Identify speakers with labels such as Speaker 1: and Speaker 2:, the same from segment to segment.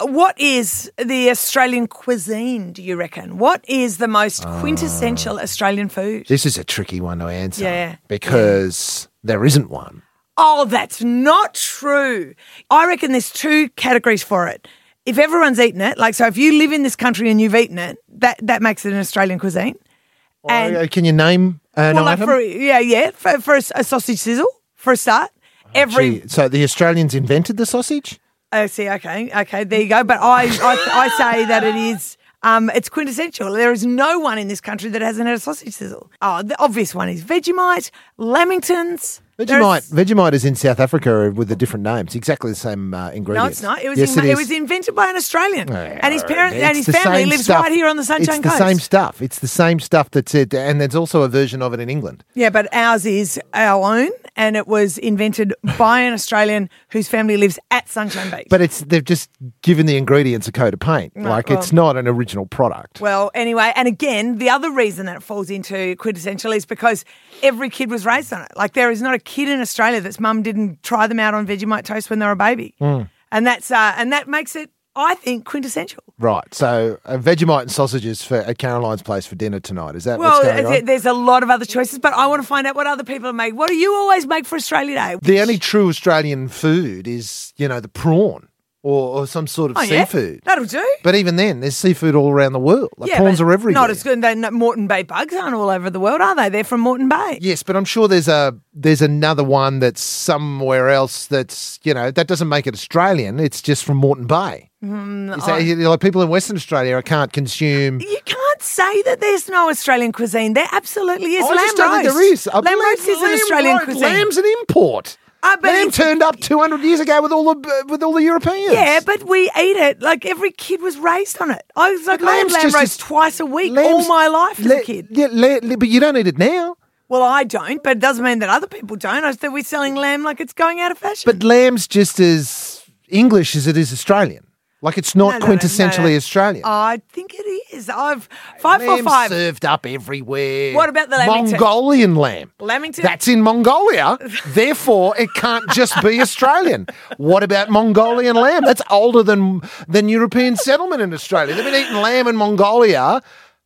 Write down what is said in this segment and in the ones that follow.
Speaker 1: what is the Australian cuisine, do you reckon? What is the most
Speaker 2: Ah.
Speaker 1: quintessential Australian food?
Speaker 2: This is a tricky one to answer
Speaker 1: Yeah.
Speaker 2: because there isn't one.
Speaker 1: Oh, that's not true. I reckon there's two categories for it. If everyone's eaten it, like so if you live in this country and you've eaten it, that, that makes it an Australian cuisine. And-
Speaker 2: Uh, Can you name an
Speaker 1: well, like
Speaker 2: item?
Speaker 1: for yeah, yeah, for, for a, s- a sausage sizzle for a start.
Speaker 2: Ah,
Speaker 1: Every
Speaker 2: Gee, so the Australians invented the sausage?
Speaker 1: I Oh, see. Okay, okay, there you go. But I, I, I say that it is. Um, it's quintessential. There is no one in this country that hasn't had a sausage sizzle. Oh, the obvious one is Vegemite, Lamingtons. There's-
Speaker 2: Vegemite. Vegemite is in South Africa with a different name. It's exactly the same uh,
Speaker 1: No,
Speaker 2: ingredients.
Speaker 1: it's not. It was
Speaker 2: Yes,
Speaker 1: in, it,
Speaker 2: is. Uh,
Speaker 1: was invented by an Australian, and his parents
Speaker 2: It's
Speaker 1: and his
Speaker 2: the
Speaker 1: family
Speaker 2: same
Speaker 1: lives
Speaker 2: stuff.
Speaker 1: right here on the Sunshine
Speaker 2: it's
Speaker 1: Coast.
Speaker 2: the same stuff. It's the same stuff that's it, and there's also a version of it in England.
Speaker 1: Yeah, but ours is our own, and it was invented by an Australian whose family lives at Sunshine Beach.
Speaker 2: But it's they've just given the ingredients a coat of paint. like it's not an original product.
Speaker 1: Well, anyway, and again, the other reason that it falls into quintessential is because every kid was raised on it. Like there is not a kid in Australia that's mum didn't try them out on Vegemite toast when they were a baby,
Speaker 2: Hmm.
Speaker 1: and that's uh, and that makes it, I think, quintessential.
Speaker 2: right. So uh, Vegemite and sausages for at Caroline's place for dinner tonight. Is that
Speaker 1: Well,
Speaker 2: what's going
Speaker 1: there-
Speaker 2: on?
Speaker 1: there's a lot of other choices, but I want to find out what other people make. What do you always make for Australia Day?
Speaker 2: the only true Australian food is you know the prawn or, or some sort of
Speaker 1: Oh, yeah?
Speaker 2: seafood.
Speaker 1: That'll do.
Speaker 2: But even then, there's seafood all around the world. Like
Speaker 1: Yeah,
Speaker 2: prawns
Speaker 1: but
Speaker 2: are everywhere.
Speaker 1: Not as good. They, no, Moreton Bay bugs aren't all over the world, are they? They're from Moreton Bay.
Speaker 2: Yes, but I'm sure there's a there's another one that's somewhere else. That's you know that doesn't make it Australian. It's just from Moreton Bay. Mm, is that, like people in Western Australia can't consume.
Speaker 1: You can't say that there's no Australian cuisine. There absolutely is.
Speaker 2: I
Speaker 1: lamb
Speaker 2: Oh, just don't think
Speaker 1: roast.
Speaker 2: there is. I
Speaker 1: lamb
Speaker 2: believe
Speaker 1: roast is an
Speaker 2: lamb
Speaker 1: Australian
Speaker 2: roast-
Speaker 1: cuisine.
Speaker 2: Lamb's an import.
Speaker 1: Ah, but
Speaker 2: Lamb
Speaker 1: it's-
Speaker 2: turned up 200 years ago with all the with all the Europeans.
Speaker 1: Yeah, but we eat it. Like every kid was raised on it. I was like, I had
Speaker 2: lamb's
Speaker 1: lamb
Speaker 2: just
Speaker 1: roast
Speaker 2: as-
Speaker 1: twice a week all
Speaker 2: Lamb's-
Speaker 1: my life as
Speaker 2: le-
Speaker 1: a kid.
Speaker 2: Yeah, le- le- but you don't eat it now.
Speaker 1: Well, I don't, but it doesn't mean that other people don't. I said we're selling lamb like it's going out of fashion.
Speaker 2: But lamb's just as English as it is Australian. Like it's not
Speaker 1: No, no, no, no,
Speaker 2: quintessentially
Speaker 1: no.
Speaker 2: Australian.
Speaker 1: I think it is. I've five four
Speaker 2: Lamb
Speaker 1: five.
Speaker 2: served up everywhere.
Speaker 1: What about the Lamington?
Speaker 2: Mongolian lamb?
Speaker 1: Lamington.
Speaker 2: That's in Mongolia. Therefore, it can't just be Australian. What about Mongolian lamb? That's older than than European settlement in Australia. They've been eating lamb in Mongolia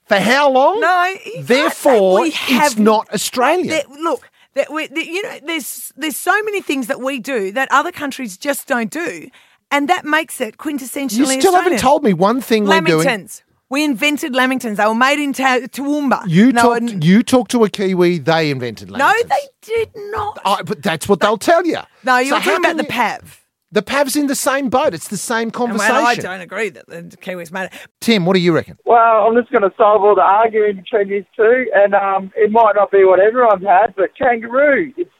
Speaker 2: for how long?
Speaker 1: No, you can't say
Speaker 2: Therefore,
Speaker 1: we
Speaker 2: it's
Speaker 1: have-
Speaker 2: not Australian.
Speaker 1: that, look, that we, that, you know, there's there's so many things that we do that other countries just don't do, and that makes it quintessentially.
Speaker 2: you still haven't
Speaker 1: Australian.
Speaker 2: told me one thing we're doing.
Speaker 1: Lamingtons. We invented Lamingtons. They were made in Ta- Toowoomba.
Speaker 2: You
Speaker 1: No,
Speaker 2: talked.
Speaker 1: n-
Speaker 2: you talked to a Kiwi. They invented
Speaker 1: No,
Speaker 2: lamingtons.
Speaker 1: they did not.
Speaker 2: I, but that's what they'll tell you.
Speaker 1: no, you're
Speaker 2: Oh, So how
Speaker 1: talking about
Speaker 2: can
Speaker 1: the
Speaker 2: you-
Speaker 1: PAV.
Speaker 2: The Pav's in the same boat. It's the same
Speaker 1: And
Speaker 2: conversation.
Speaker 1: well, I don't agree that the Kiwis made it.
Speaker 2: Tim, what do you reckon?
Speaker 3: Well, I'm just going to solve all the arguing between these two, and um, it might not be what everyone's had, but kangaroo. It's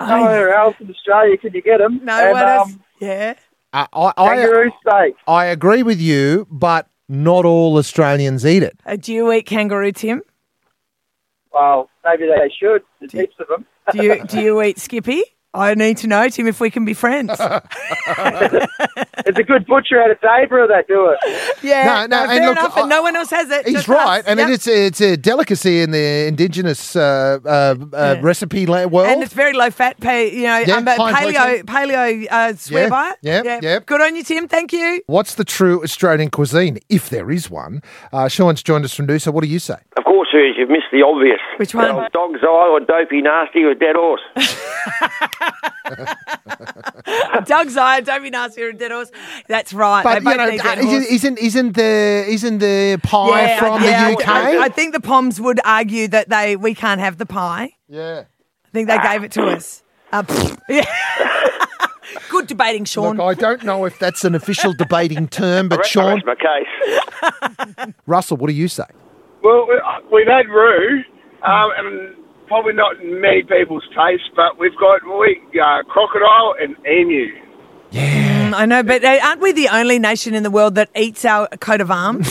Speaker 3: nowhere else in Australia can you get them.
Speaker 1: Oh. No
Speaker 3: and,
Speaker 1: one else.
Speaker 3: um,
Speaker 1: yeah.
Speaker 2: Uh, I, I,
Speaker 3: kangaroo steak.
Speaker 2: I agree with you, but not all Australians eat it.
Speaker 1: Uh, do you eat kangaroo, Tim?
Speaker 3: Well, maybe they should. There's heaps of them.
Speaker 1: Do you do you eat Skippy? I need to know, Tim, if we can be friends.
Speaker 3: There's a good butcher out of Daybra that do it.
Speaker 1: Yeah,
Speaker 2: No, no,
Speaker 1: no,
Speaker 2: and
Speaker 1: fair
Speaker 2: look,
Speaker 1: enough.
Speaker 2: I-
Speaker 1: and no one else has it.
Speaker 2: He's
Speaker 1: just
Speaker 2: right,
Speaker 1: us.
Speaker 2: and
Speaker 1: Yep.
Speaker 2: it's it's a delicacy in the indigenous uh, uh, uh, recipe la- world.
Speaker 1: And it's very low fat, pay, you know,
Speaker 2: Oh. Yeah,
Speaker 1: um, but
Speaker 2: high
Speaker 1: paleo, paleo uh, swear
Speaker 2: Yeah,
Speaker 1: by it.
Speaker 2: yeah, yeah.
Speaker 1: Good on you, Tim. Thank you.
Speaker 2: What's the true Australian cuisine, if there is one? Uh, Sean's joined us from Noosa. What do you say?
Speaker 4: Of course, there is. You've missed the obvious.
Speaker 1: Which one?
Speaker 4: Dog's eye or dopey nasty or dead horse.
Speaker 1: Doug's eye, don't be nasty or a dead horse. That's right.
Speaker 2: But
Speaker 1: they
Speaker 2: you
Speaker 1: both
Speaker 2: know,
Speaker 1: need dead
Speaker 2: uh,
Speaker 1: horse.
Speaker 2: isn't isn't the isn't the pie
Speaker 1: Yeah,
Speaker 2: from
Speaker 1: yeah,
Speaker 2: the UK?
Speaker 1: I, I think the Poms would argue that they we can't have the pie.
Speaker 2: yeah.
Speaker 1: I think they gave it to us. Uh, pfft. yeah. Good debating, Sean.
Speaker 2: Look, I don't know if that's an official debating term, but
Speaker 4: Rest-
Speaker 2: Sean
Speaker 4: rest my case.
Speaker 2: Russell, what do you say?
Speaker 5: Well, we- we've had roux, um, and probably not in many people's taste, but we've got we, uh, crocodile and emu.
Speaker 1: Mm, I know, but uh, aren't we the only nation in the world that eats our coat of arms?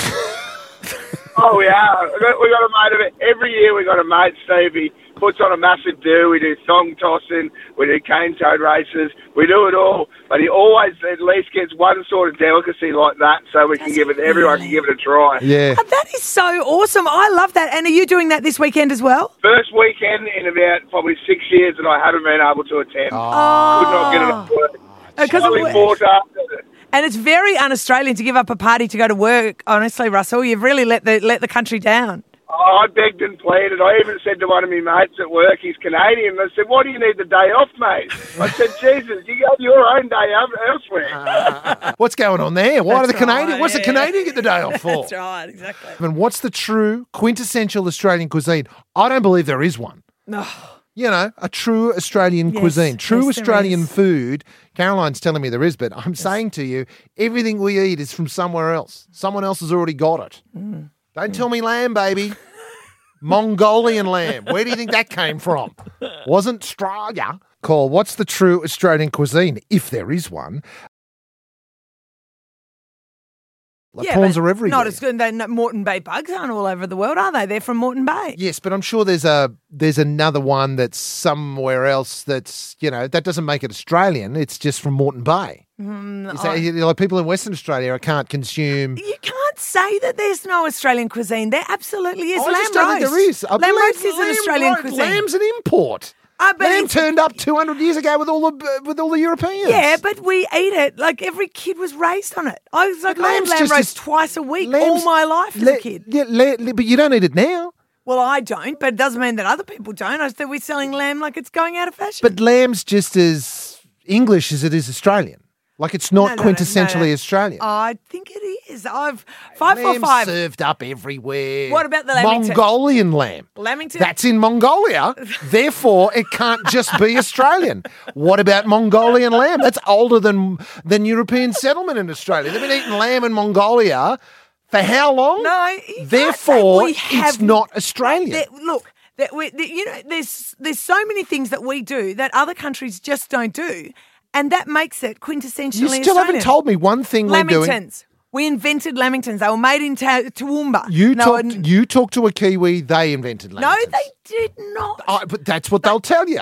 Speaker 5: Oh, we are. We got, we got a mate of it every year. We got a mate, Stevie, puts on a massive do. We do thong tossing, we do cane toad races, we do it all. But he always at least gets one sort of delicacy like that, so we can
Speaker 1: Does
Speaker 5: give it.
Speaker 1: he
Speaker 5: Everyone
Speaker 1: really?
Speaker 5: can give it a try.
Speaker 2: Yeah.
Speaker 1: Oh, that is so awesome. I love that. And are you doing that this weekend as well?
Speaker 5: First weekend in about probably six years that I haven't been able to attend. Could not get enough work.
Speaker 1: Because
Speaker 5: Probably bought after the-
Speaker 1: And it's very un-Australian to give up a party to go to work. Honestly, Russell, you've really let the let the country down.
Speaker 5: Oh, I begged and pleaded. I even said to one of my mates at work, he's Canadian, I said, why do you need the day off, mate? I said, Jesus, you have your own day off elsewhere.
Speaker 2: What's going on there? Why do the
Speaker 1: That's
Speaker 2: Canadian?
Speaker 1: right,
Speaker 2: What's the
Speaker 1: yeah, yeah.
Speaker 2: Canadian get the day off for?
Speaker 1: right, exactly.
Speaker 2: And what's the true quintessential Australian cuisine? I don't believe there is one. You know, a true Australian
Speaker 1: Yes,
Speaker 2: cuisine, true
Speaker 1: yes, there
Speaker 2: Australian
Speaker 1: is.
Speaker 2: food. Caroline's telling me there is, but I'm saying to you, everything we eat is from somewhere else. Someone else has already got it.
Speaker 1: Mm.
Speaker 2: Don't tell me lamb, baby. Mongolian lamb. Where do you think that came from? Wasn't Australia. Call what's the true Australian cuisine, if there is one? Like prawns
Speaker 1: but
Speaker 2: are everywhere.
Speaker 1: Not as good. They, no, Moreton Bay bugs aren't all over the world, are they? They're from Moreton Bay.
Speaker 2: Yes, but I'm sure there's a there's another one that's somewhere else. That's you know that doesn't make it Australian. It's just from Moreton Bay.
Speaker 1: Mm,
Speaker 2: Is
Speaker 1: oh.
Speaker 2: that- you know, like people in Western Australia can't consume.
Speaker 1: You can't say that there's no Australian cuisine. There absolutely is.
Speaker 2: Oh, I
Speaker 1: lamb
Speaker 2: just don't
Speaker 1: roast.
Speaker 2: think there is. I
Speaker 1: lamb
Speaker 2: believe
Speaker 1: roast is an
Speaker 2: lamb
Speaker 1: Australian
Speaker 2: roast-
Speaker 1: cuisine.
Speaker 2: Lamb's an import.
Speaker 1: I bet
Speaker 2: Lamb
Speaker 1: it's-
Speaker 2: turned up 200 years ago with all the with all the Europeans.
Speaker 1: Yeah, but we eat it. Like every kid was raised on it. I was like, I had
Speaker 2: lamb's
Speaker 1: lamb
Speaker 2: just
Speaker 1: roast
Speaker 2: as-
Speaker 1: twice a week all
Speaker 2: lamb's-
Speaker 1: my life as
Speaker 2: le-
Speaker 1: a kid.
Speaker 2: Yeah, le- le- but you don't eat it now.
Speaker 1: Well, I don't, but it doesn't mean that other people don't. I said we're selling lamb like it's going out of fashion.
Speaker 2: But lamb's just as English as it is Australian. Like it's
Speaker 1: No,
Speaker 2: not
Speaker 1: no, no, no, no.
Speaker 2: quintessentially Australian.
Speaker 1: I think it is. I've five
Speaker 2: Lamb
Speaker 1: for five.
Speaker 2: served up everywhere.
Speaker 1: What about the Lamington?
Speaker 2: Mongolian lamb?
Speaker 1: Lamington.
Speaker 2: That's in Mongolia. Therefore, it can't just be Australian. What about Mongolian lamb? That's older than than European settlement in Australia. They've been eating lamb in Mongolia for how long?
Speaker 1: No, you can't say
Speaker 2: Therefore,
Speaker 1: we
Speaker 2: it's
Speaker 1: have-
Speaker 2: not Australian.
Speaker 1: that, look, that we, that, you know, there's there's so many things that we do that other countries just don't do, and that makes it quintessentially.
Speaker 2: you still haven't
Speaker 1: Australian.
Speaker 2: told me one thing we're doing.
Speaker 1: Lamingtons. We invented Lamingtons. They were made in Ta- Toowoomba.
Speaker 2: You
Speaker 1: No,
Speaker 2: talked.
Speaker 1: and-
Speaker 2: You talked to a Kiwi. They invented
Speaker 1: No,
Speaker 2: lamingtons.
Speaker 1: they did not.
Speaker 2: I, but that's what they'll tell you.